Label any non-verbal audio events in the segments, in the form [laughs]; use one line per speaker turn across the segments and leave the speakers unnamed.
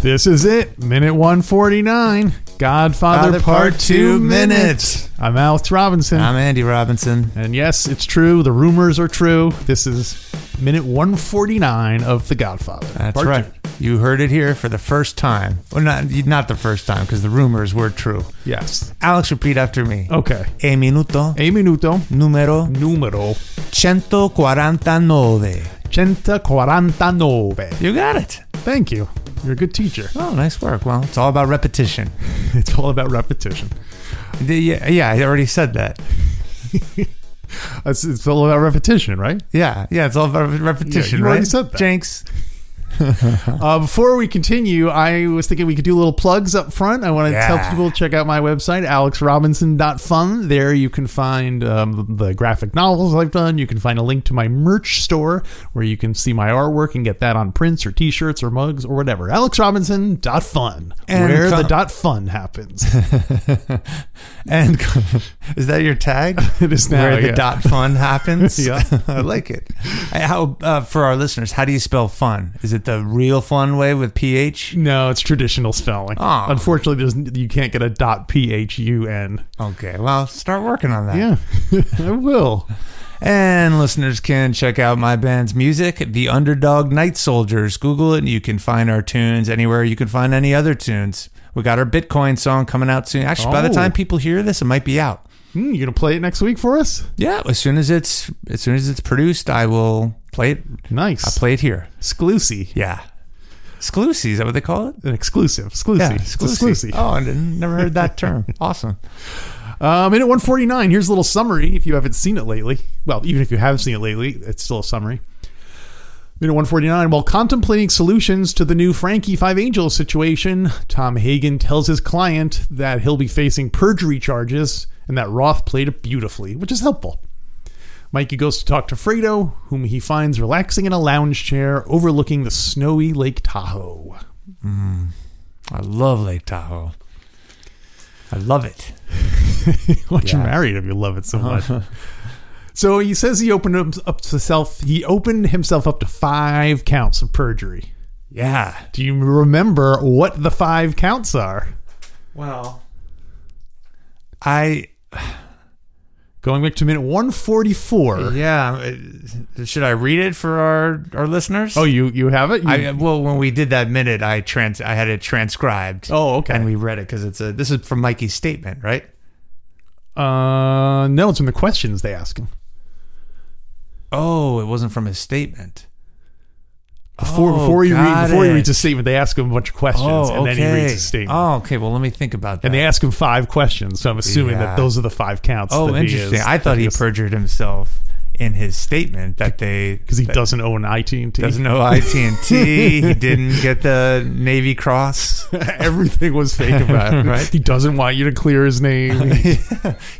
This is it. Minute 149. Godfather
Father
Part,
Part
2
Two
minute.
Minute.
I'm Alex Robinson.
I'm Andy Robinson.
and yes, it's true. The rumors are true. This is minute 149 of The Godfather.
That's
Part
right. You heard it here for the first time. Well, not not the first time because the rumors were true.
two. Yes.
Alex, repeat after me.
Okay.
E minuto
A minuto
numero
numero
149.
149.
You got it.
Thank you. You're a good teacher. [laughs]
Oh, nice work. Well, it's all about repetition.
It's all about repetition.
The- yeah, yeah, I already said that.
It's, it's all about repetition, right?
Yeah, yeah, it's all about repetition,
you
right?
already said that.
Jinx.
Uh, before we continue, I was thinking we could do little plugs up front. I want to
Yeah.
tell people to check out my website, alexrobinson.fun. There you can find um, the graphic novels I've done. You can find a link to my merch store where you can see my artwork and get that on prints or t shirts or mugs or whatever. alexrobinson.fun,
And
where
com-
the dot fun
[laughs]
happens.
And [laughs] is that your tag?
[laughs] It is now,
where the
yeah. [laughs]
dot fun happens.
Yeah.
[laughs] I like it. I- How uh, for our listeners? How do you spell fun? Is it the real fun way with ph?
no, it's traditional spelling.
Aw.
Unfortunately, there's, you can't get a dot P H U N.
Okay, well, start working on that.
Yeah, [laughs] I will.
And listeners can check out my band's music, The Underdog Night Soldiers. Google it, and you can find our tunes anywhere you can find any other tunes. We got our Bitcoin song coming out soon. Actually, by the
Oh.
time people hear this, it might be out.
Hmm, you going to play it next week for us?
Yeah, as soon as it's as soon as it's produced, I will play it.
Nice.
I'll play it here.
Exclusive.
Yeah. Sclusy, is that what they call it?
An exclusive. Exclusive. It's
Sclusy.
exclusive.
Oh, I didn't, never heard that [laughs] term. awesome.
Uh, minute 149. Here's a little summary if you haven't seen it lately. Well, even if you have seen it lately, it's still a summary. Minute 149. While contemplating solutions to the new Frankie Five Angels situation, Tom Hagen tells his client that he'll be facing perjury charges and that Roth played it beautifully, which is helpful. Mikey goes to talk to Fredo, whom he finds relaxing in a lounge chair overlooking the snowy Lake Tahoe.
I love Lake Tahoe. I love it.
[laughs] Why don't you
Yeah.
marry him? You love it so
[laughs]
much. so he says he opened him- up to self. He opened himself up to five counts of perjury.
Yeah.
Do you remember what the five counts are?
Well, I
Going back to minute one forty four.
yeah. uh, Should I read it for our our listeners?
Oh, you you have it. You-
I, well, when we did that minute, I trans I had it transcribed.
oh, okay.
and we read it because it's a. This is from Mikey's statement, right?
uh, no, it's from the questions they ask him
Oh, it wasn't from his statement.
before
Oh,
before he read,
got
before he
it.
reads a statement. They ask him a bunch of questions,
Oh,
and
okay.
then he reads a statement.
Oh, okay. Well, let me think about that.
And they ask him five questions, so I'm assuming
Yeah.
that those are the five counts.
oh,
that
interesting.
He is,
I thought he
because
perjured himself in his statement that they
he
that
doesn't own IT.
doesn't know IT and
[laughs]
T. he didn't get the Navy Cross.
Everything was fake about it.
[laughs] Right.
He doesn't want you to clear his
[laughs]
name.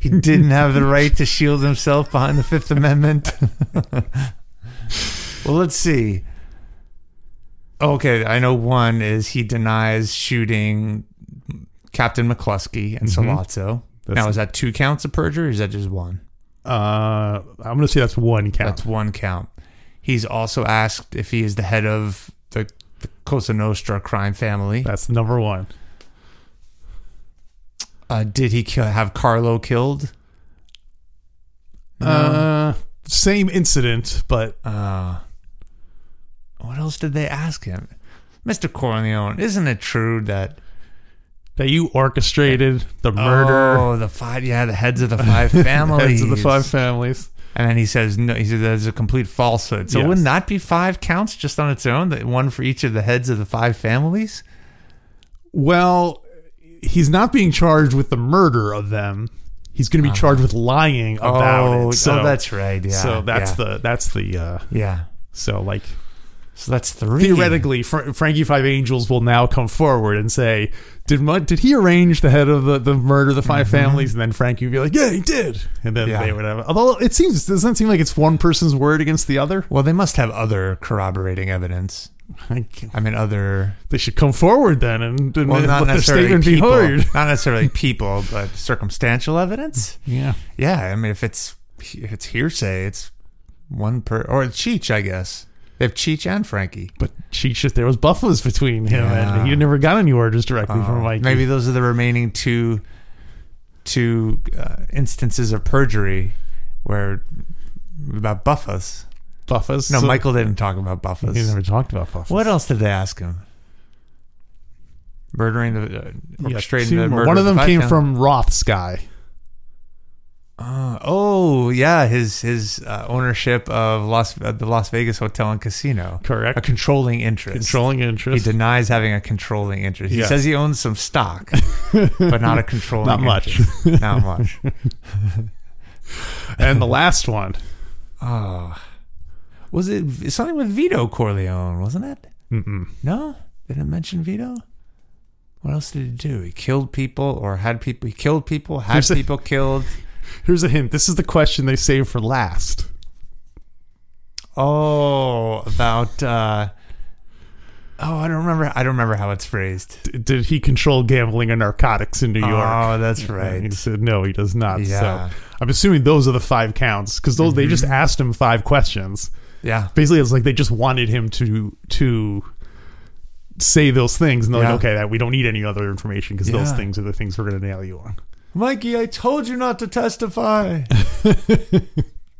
he didn't have the right to shield himself behind the Fifth Amendment. [laughs] well, let's see. Okay, I know one is he denies shooting Captain McCluskey and Salazzo.
Mm-hmm. That's-
now, is that two counts of perjury or is that just one?
Uh, I'm going to say that's one count.
That's one count. He's also asked if he is the head of the, the Cosa Nostra crime family.
That's, the number one.
Uh, did he kill, have Carlo killed?
Uh, same incident, but
Uh, what else did they ask him? Mr. Corleone, isn't it true that
that you orchestrated the murder
Oh, the five, yeah, the heads of
[laughs]
the five families.
heads of the five families.
And then he says, no, he says that's a complete falsehood. So
Yes.
wouldn't that be five counts just on its own? That one for each of the heads of the five families?
Well, he's not being charged with the murder of them. He's going to be charged with lying about
Uh-huh. oh,
it. So
oh, that's right. Yeah.
so that's
yeah,
the that's the uh,
yeah.
so like
So that's three.
theoretically, Fr- Frankie Five Angels will now come forward and say, "Did mu- did he arrange the head of the, the murder of the 5 families?" And then Frankie would be like, "Yeah, he did." And then
Mm-hmm. Yeah.
they would have. Although it seems doesn't seem like it's one person's word against the other.
Well, they must have other corroborating evidence.
Like,
I mean, other
they should come forward then and, and
well, not
let their
necessarily
statement
people,
be heard. [laughs]
not necessarily people, but circumstantial evidence.
Yeah,
Yeah, I mean, if it's if it's hearsay, it's one per or it's Cheech, I guess. They have Cheech and Frankie.
but she just there was buffers between him
Yeah. Oh,
and he never got any orders directly from Mike.
Maybe those are the remaining two two uh, instances of perjury where about Buffus.
buffers.
No,
so-
Michael didn't talk about
He
Buffus.
never talked about buffers.
What else did they ask him? Murdering the uh,
Yeah,
orchestrating
two
the
more.
murder.
One of
the
them
five
came
town-
from Roth's guy.
Uh, oh yeah, his his uh, ownership of Las uh, the Las Vegas hotel and casino,
Correct.
a controlling interest.
Controlling
He
interest.
denies having a controlling interest. He
Yeah.
says he owns
[laughs]
some stock, but not a controlling.
Not much.
interest.
[laughs]
Not much.
and the last one.
Oh, was it something with Vito Corleone? Wasn't it?
Mm-mm.
No, they didn't mention Vito. What else did he do? He killed people, or had people? He killed people, had
There's a-
people killed.
Here's a hint. This is the question they saved for last.
Oh, about. uh Oh, I don't remember. I don't remember how it's phrased.
D- did he control gambling and narcotics in New York?
Oh, that's
And he
right.
said no, he does not.
Yeah. Mm-hmm.
So I'm assuming those are the five counts because those they just asked him five questions.
Yeah.
Basically, it's like they just wanted him to to say those things, and they're
Yeah.
like, okay, that we don't need any other information because those
Yeah.
things are the things we're going to nail you on.
Mikey, I told you not to testify. [laughs]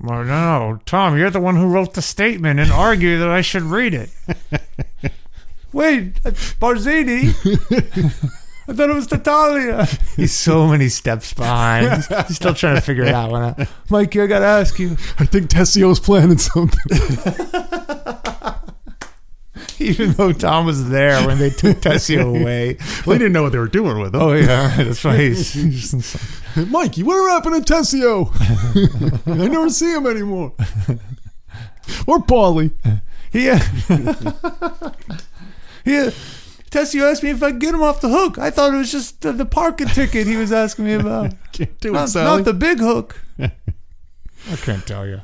well, no, Tom, you're the one who wrote the statement and argued that I should read it. [laughs] Wait, that's Barzini? I thought it was Natalia. [laughs] He's so many steps behind. He's still trying to figure that one out. Mikey, I gotta ask you.
I think Tessio's planning something.
[laughs] Even though Tom was there when they took [laughs] Tessio away.
well, they didn't know what they were doing with him.
Oh yeah, [laughs] that's why he's, he's [laughs]
Mikey, what happened to Tessio? [laughs] I never see him anymore. Or Paulie.
Here. [laughs] Here. Tessio asked me if I could get him off the hook. I thought it was just the, the parking ticket he was asking me [laughs] about.
Can't do it,
not,
Sally.
not the big hook. I can't tell you.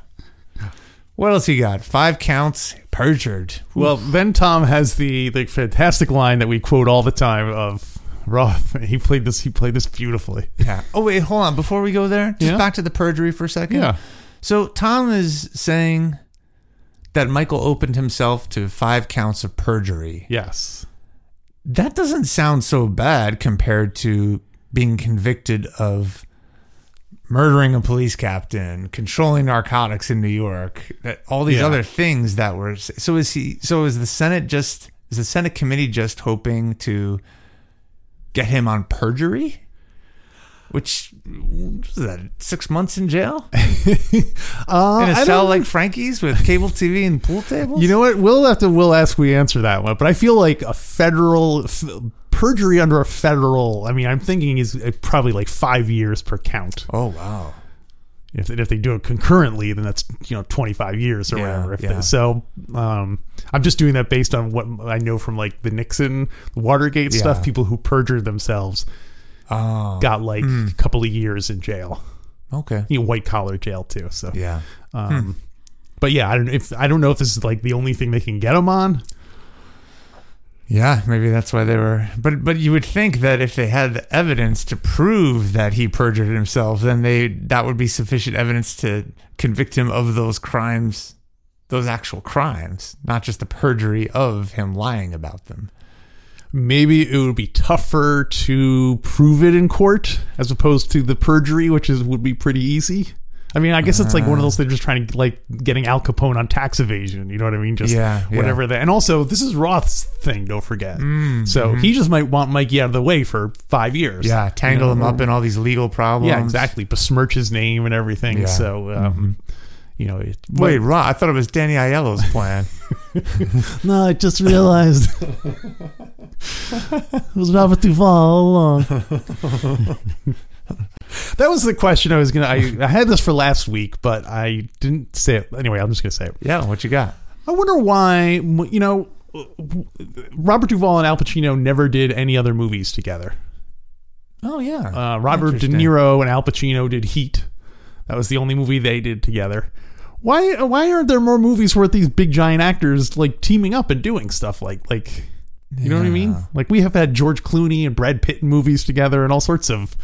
What else he got? Five counts, perjured.
Well, then Tom has the the fantastic line that we quote all the time of Roth. [laughs] He played this. He played this beautifully.
Yeah. Oh, wait, hold on. Before we go there, just
Yeah.
back to the perjury for a second. So Tom is saying that Michael opened himself to five counts of perjury.
Yes.
that doesn't sound so bad compared to being convicted of murdering a police captain, controlling narcotics in New York, that all these
Yeah.
other things that were so is he so is the Senate just is the Senate committee just hoping to get him on perjury? Which what is that six months in
[laughs]
jail
Uh,
in a
I
cell
don't-
like Frankie's with cable TV and pool tables?
you know what? We'll have to. We'll ask. We answer that one. But I feel like a federal f- perjury under a federal. I mean, I'm thinking is uh, probably like five years per count.
Oh wow.
If if they do it concurrently, then that's you know 25 years or
Yeah,
whatever. If
yeah.
they- so um, I'm just doing that based on what I know from like the Nixon, Watergate
Yeah.
stuff. People who perjured themselves
Oh.
got like a couple of years in jail,
Okay.
you know, white collar jail too. So,
Yeah.
um, but yeah, I don't if I don't know if this is like the only thing they can get him on.
Yeah, maybe that's why they were. But but you would think that if they had the evidence to prove that he perjured himself, then they that would be sufficient evidence to convict him of those crimes, those actual crimes, not just the perjury of him lying about them.
Maybe it would be tougher to prove it in court as opposed to the perjury, which is would be pretty easy. I mean, I guess it's like one of those they're just trying to like getting Al Capone on tax evasion. You know what I mean? Just
Yeah, yeah.
whatever that. And also, this is Roth's thing. Don't forget. so he just might want Mikey out of the way for five years.
Mm, mm-hmm. Yeah, tangle him up in all these legal problems.
Yeah, exactly. Besmirch his name and everything.
Yeah. Mm-hmm.
So, um, you know, it,
Wait, Ra, I thought it was Danny Aiello's [laughs] plan.
no, I just [laughs] realized it was Robert Duval all along. [laughs] that was the question I was gonna. I, I had this for last week, but I didn't say it. Anyway, I'm just gonna say it.
yeah, what you got?
I wonder why, you know, Robert Duvall and Al Pacino never did any other movies together.
Oh yeah.
Uh, Robert De
Interesting.
Niro and Al Pacino did Heat. That was the only movie they did together. Why why aren't there more movies where these big giant actors like teaming up and doing stuff like like you know what I mean? Like we have had George Clooney and Brad Pitt in movies together and all sorts of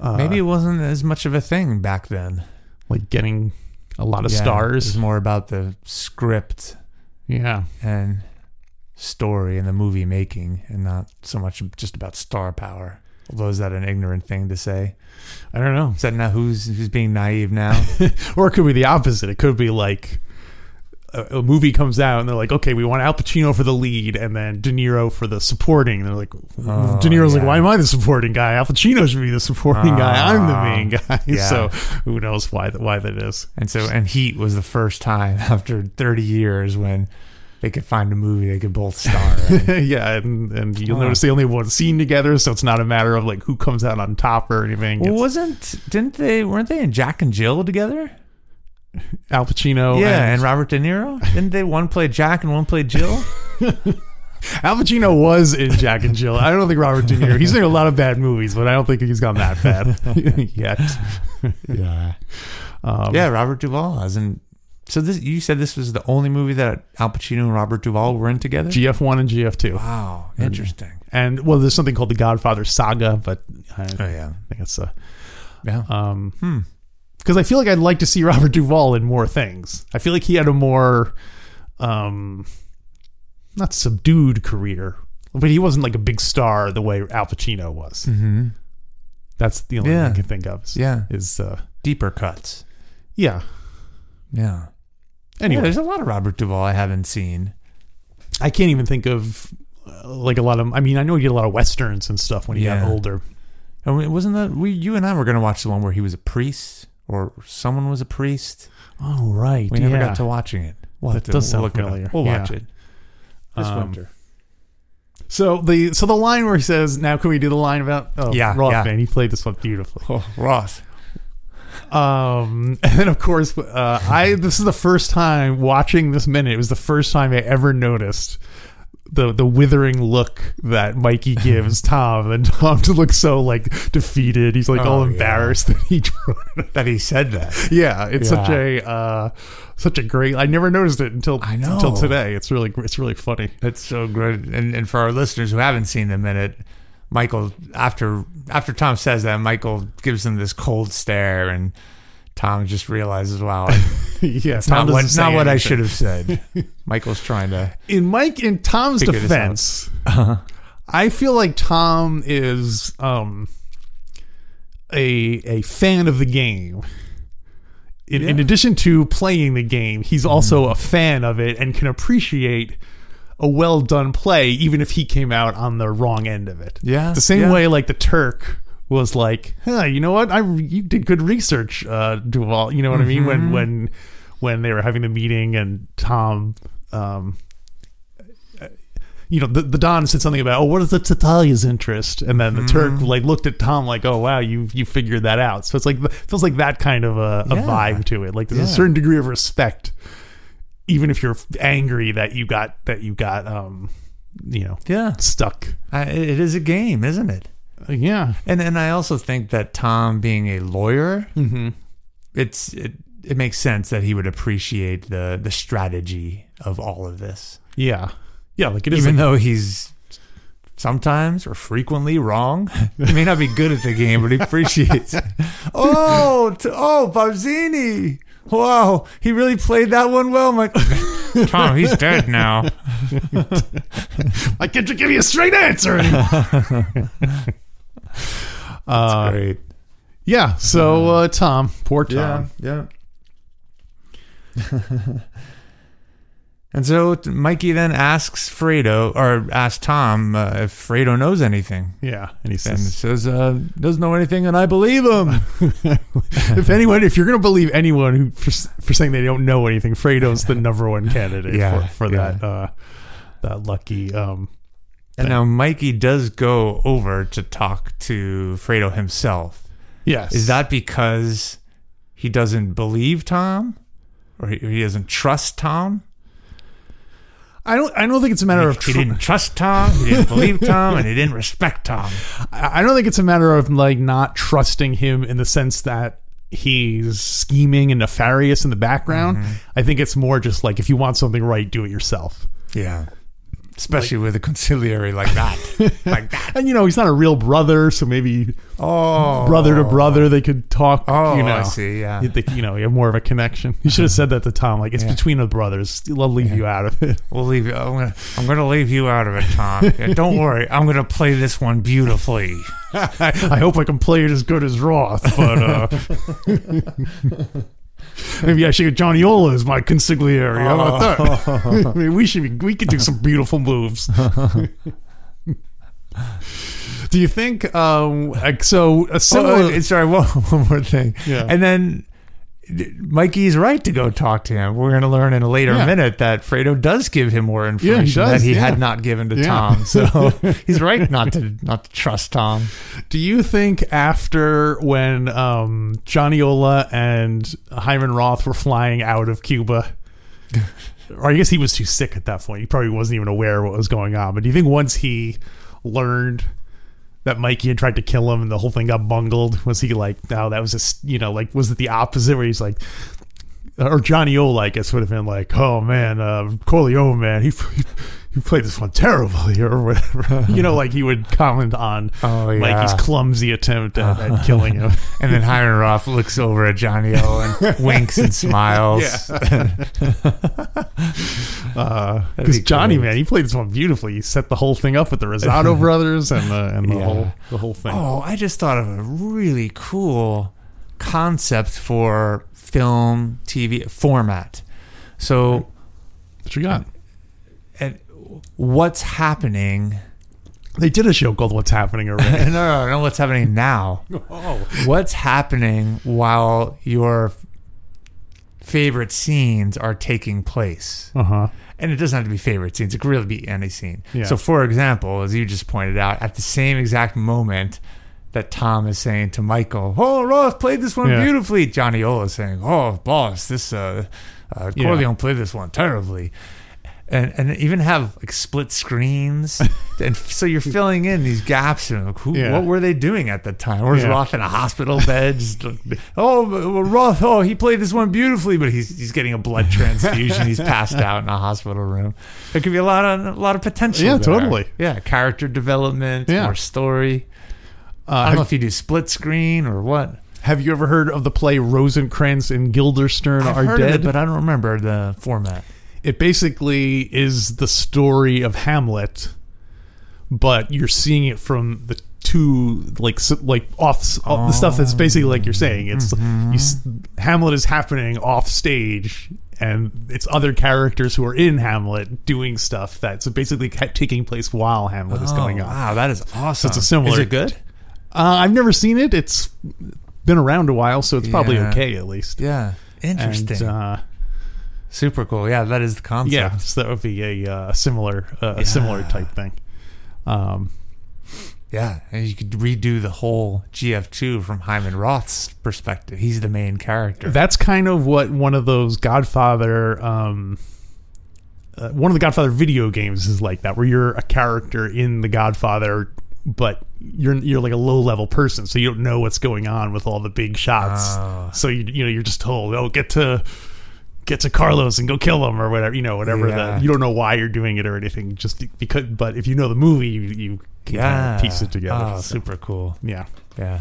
uh,
Maybe it wasn't as much of a thing back then.
like getting a lot of
Yeah, It
stars.
was more about the script Mm-hmm.
Yeah.
and story and the movie making and not so much just about star power. Although is that an ignorant thing to say?
I don't know.
Is that now who's who's being naive [laughs] now?
Or it could be the opposite. It could be like a, a movie comes out and they're like, okay, we want Al Pacino for the lead and then De Niro for the supporting. And they're like, De Niro's like,
Oh, yeah.
why am I the supporting guy? Al Pacino should be the supporting guy. I'm the main guy.
Ah,
[laughs]
yeah.
So who knows why that why that is? [laughs]
and so and Heat was the first time [laughs] after 30 years when they could find a movie they could both star. [laughs] in.
yeah, and, and you'll
Huh.
notice they only have one scene together, so it's not a matter of like who comes out on top or anything.
well,
It's
wasn't didn't they weren't they in Jack and Jill together?
Al Pacino.
yeah, Oh, and,
and,
Robert De Niro. Didn't they one play Jack and one play Jill?
Al Pacino was in Jack and Jill. I don't think Robert De Niro. He's in a lot of bad movies, but I don't think he's gone that
[laughs]
bad [laughs] yet.
[laughs]
Um,
yeah. yeah, Robert Duvall hasn't. So this you said this was the only movie that Al Pacino and Robert Duvall were in together.
GF1 and GF2.
wow, interesting.
And well, there's something called the Godfather Saga, but I
Oh yeah,
think it's a
yeah.
um
Hmm.
because I feel like I'd like to see [laughs] Robert Duvall in more things. I feel like he had a more um not subdued career, but he wasn't like a big star the way Al Pacino was.
hmm
That's the only
Yeah.
thing I can think of. Is,
Yeah,
is uh
deeper cuts.
yeah.
Yeah. Yeah,
Anyway,
there's a lot of Robert Duvall I haven't seen.
I can't even think of uh, like a lot of I mean, I know he did a lot of westerns and stuff when he
Yeah.
got older.
And we- wasn't that we? You and I were going to watch the one where he was a priest or someone was a priest.
Oh right.
We never
yeah.
got to watching it. We'll
That
have to
does sound
look it up.
familiar.
We'll
Yeah.
watch it this
Um,
winter.
So the so the line where he says, "Now can we do the line about?" Oh,
Yeah,
Rothman.
yeah.
He played this one beautifully.
Oh, Roth.
Um, [laughs] and then of course, uh, I this is the first time watching this minute. It was the first time I ever noticed the the withering look that
[laughs]
Mikey gives Tom, and Tom [laughs] to look so like defeated. He's like all
Oh, yeah.
embarrassed [laughs] that he drew it.
[laughs] That he said that.
yeah, it's such
Yeah.
a uh, such a great. I never noticed it until
I know.
until today. It's really it's really funny.
That's so good. And and for our listeners who haven't seen the minute, Michael after after Tom says that, Michael gives him this cold stare and Tom just realizes, wow, it's
yeah,
not what,
doesn't
not
say
what I
anything.
should have said. [laughs] Michael's trying to.
in Mike in Tom's
Figure this out. Uh-huh.
defense, I feel like Tom is um, a a fan of the game. In, in
Yeah. Mm.
addition to playing the game, he's also a fan of it and can appreciate a well done play, even if he came out on the wrong end of it.
Yeah,
the same
yeah.
way like the Turk was like, huh, you know what? I you did good research, uh, Duval. You know what I mean? When
Mm-hmm.
when when they were having the meeting and Tom. Um, you know, the, the Don said something about, oh, what is the Tatalia's interest? And then the Turk
Mm-hmm.
like looked at Tom like, oh wow, you you figured that out. So it's like feels like that kind of a, a
Yeah.
vibe to it. Like there's a
Yeah.
certain degree of respect, even if you're angry that you got that you got um, you know,
Yeah,
stuck.
I, it is a game, isn't it?
Uh, yeah,
And and I also think that Tom being a lawyer,
Mhm.
it's it, it makes sense that he would appreciate the the strategy of all of this.
yeah, yeah. Like it is.
even
like-
though he's sometimes or frequently wrong. [laughs] He may not be good at the game, but he appreciates. [laughs] it. oh, t- oh, Barzini! Wow, he really played that one well. i [laughs] Tom, he's dead now.
why can't you give me a straight
[laughs]
answer? [laughs] uh,
Great.
yeah. So uh, Tom, poor Tom.
yeah. [laughs] and so t- Mikey then asks Fredo, or asks Tom, uh, if Fredo knows anything.
Yeah, and he
And
says,
says, uh, doesn't know anything, and I believe him.
if anyone, if you're going to believe anyone who for, for saying they don't know anything, Fredo's the number one candidate
Yeah,
for, for
yeah.
that uh, that lucky. Um,
And now Mikey does go over to talk to Fredo himself.
yes,
Is that because he doesn't believe Tom or he, he doesn't trust Tom?
I don't. I don't think it's a matter of.
He
tr- [laughs]
didn't trust Tom, he didn't believe Tom, and he didn't respect Tom.
I I don't think it's a matter of like not trusting him in the sense that he's scheming and nefarious in the background.
Mm-hmm.
I think it's more just like if you want something right, do it yourself.
Yeah. Especially with a conciliary like that.
[laughs]
like that.
And you know, he's not a real brother, so maybe
Oh.
brother to brother they could talk.
Oh,
you know,
I see. Yeah.
You, think, you know, you have more of a connection. You should have said that to Tom. Like it's
Yeah.
between the brothers. I'll leave you out of it.
We'll leave you. I'm gonna, I'm gonna leave you out of it, Tom.
[laughs]
Yeah, don't worry. I'm gonna play this one beautifully.
I, I hope I can play it as good as Roth, but uh, maybe I should get Johnny Ola as my consigliere. How about that? [laughs] I mean, we should be, we could do some beautiful moves. do you think um, like, so? A similar,
Oh, and- and sorry, one, [laughs] one more thing.
Yeah.
And then d- Mikey's right to go talk to him. We're going to learn in a later
Yeah.
minute that Fredo does give him more information
does,
that he
yeah.
had not given to
Yeah.
Tom. So
[laughs]
[laughs] he's right not to not to trust Tom.
do you think after when um, Johnny Ola and Hyman Roth were flying out of Cuba? Or I guess he was too sick at that point. He probably wasn't even aware what was going on. But do you think once he learned that Mikey had tried to kill him and the whole thing got bungled, was he like, no, that was just, you know, like, was it the opposite where he's like, or Johnny Ola, I guess, would have been like, oh man, uh, Corleone, man, he, [laughs] he played this one terribly or whatever. [laughs] you know, like he would comment on
Oh,
Mikey's
yeah.
clumsy attempt at,
[laughs]
at killing him.
And then Hiram Roth looks over at Johnny O and winks and smiles.
because
That'd be
Uh, Johnny,
great.
man, he played this one beautifully. He set the whole thing up with the
[laughs]
Rosado brothers and the and the
Yeah.
whole the whole thing.
Oh, I just thought of a really cool concept for film, TV format. So,
What you got?
and what's happening? [laughs]
They did a show called "What's Happening Already."
no, no, no, what's happening now?
oh,
What's happening while your favorite scenes are taking place?
uh huh.
and it doesn't have to be favorite scenes. It could really be any scene.
Yeah.
So, for example, as you just pointed out, at the same exact moment that Tom is saying to Michael, "Oh, Roth played this one
Yeah.
beautifully," Johnny Ola is saying, "Oh, boss, this uh, uh,
Yeah.
Corleone played this one terribly." And, and even have like
[laughs]
split screens, and f- so you're filling in these gaps. And like, who,
Yeah.
what were they doing at the time? Or was
Yeah.
Roth in a hospital bed? Just [laughs] like, oh, well, Roth! Oh, he played this one beautifully, but he's he's getting a blood transfusion. he's passed out in a hospital room. There could be a lot of a lot of potential.
Yeah,
there.
totally.
Yeah, character development,
Yeah.
more story. I
Uh,
don't know
have,
if you do split screen or what.
have you ever heard of the play Rosencrantz and Guildenstern
I've
Are
heard
Dead?
of it, but I don't remember the format.
it basically is the story of Hamlet, but you're seeing it from the two like s- like off off- the stuff that's basically like you're saying it's
Mm-hmm.
you s Hamlet is happening off stage and it's other characters who are in Hamlet doing stuff that's basically ca- taking place while Hamlet is going on.
Oh, Wow, that is awesome.
it's a similar-
Is it good?
Uh, I've never seen it. It's been around a while, so it's probably
Yeah.
okay at least.
Yeah, interesting.
And, uh,
Super cool. Yeah, that is the concept.
Yeah, so that would be a uh, similar, uh, a similar
Yeah.
type thing. Um,
Yeah, and you could redo the whole GF2 from Hyman Roth's perspective. He's the main character.
that's kind of what one of those Godfather, um, uh, one of the Godfather video games is like that, where you're a character in the Godfather, but you're you're like a low level person, so you don't know what's going on with all the big shots.
Oh.
So you you know you're just told, oh, get to get to Carlos and go kill him or whatever, you know, whatever.
Yeah.
The, you don't know why you're doing it or anything, just because. But if you know the movie, you, you can kind
yeah,
of piece it together.
Oh,
So,
super cool.
yeah.
Yeah,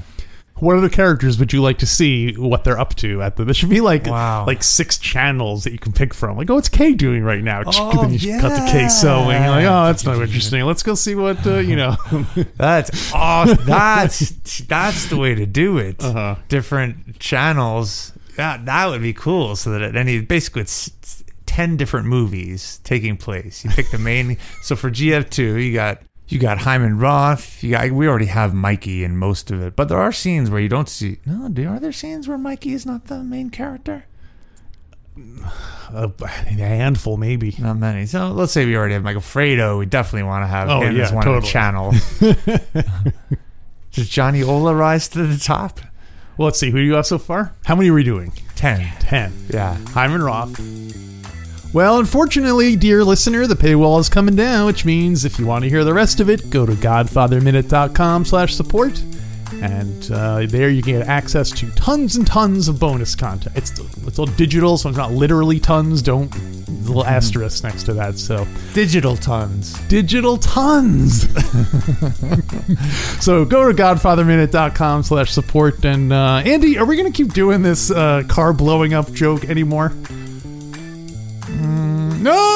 what other characters would you like to see what they're up to at the there should be like
Wow.
like six channels that you can pick from like oh it's k doing right now
Oh,
then you cut to k
yeah.
sewing You're like oh that's not interesting let's go see what uh, you know [laughs]
that's awesome. that's that's the way to do it.
Uh-huh.
Different channels. Yeah, that would be cool. So that at any basically it's. it's 10 different movies taking place. You pick the main [laughs] so for GF2, you got you got Hyman Roth, you got we already have Mikey in most of it. But there are scenes where you don't see No, do- are there scenes where Mikey is not the main character?
a, a handful maybe
Not many. So let's say we already have Michael Fredo. We definitely want to have
Oh,
him as
yeah,
one of
totally.
the channel.
[laughs]
Does Johnny Ola rise to the top?
well let's see who do you have so far how many are we doing
Ten.
10
Yeah.
hyman roth Well, unfortunately, dear listener, the paywall is coming down, which means if you want to hear the rest of it, go to godfatherminute.com slash support. And uh, there you can get access to tons and tons of bonus content. It's, it's all digital, so it's not literally tons. Don't little asterisk next to that. So
Digital tons.
digital tons. so go to godfatherminute.com slash support. And uh, Andy, are we going to keep doing this uh, car blowing up joke anymore?
No.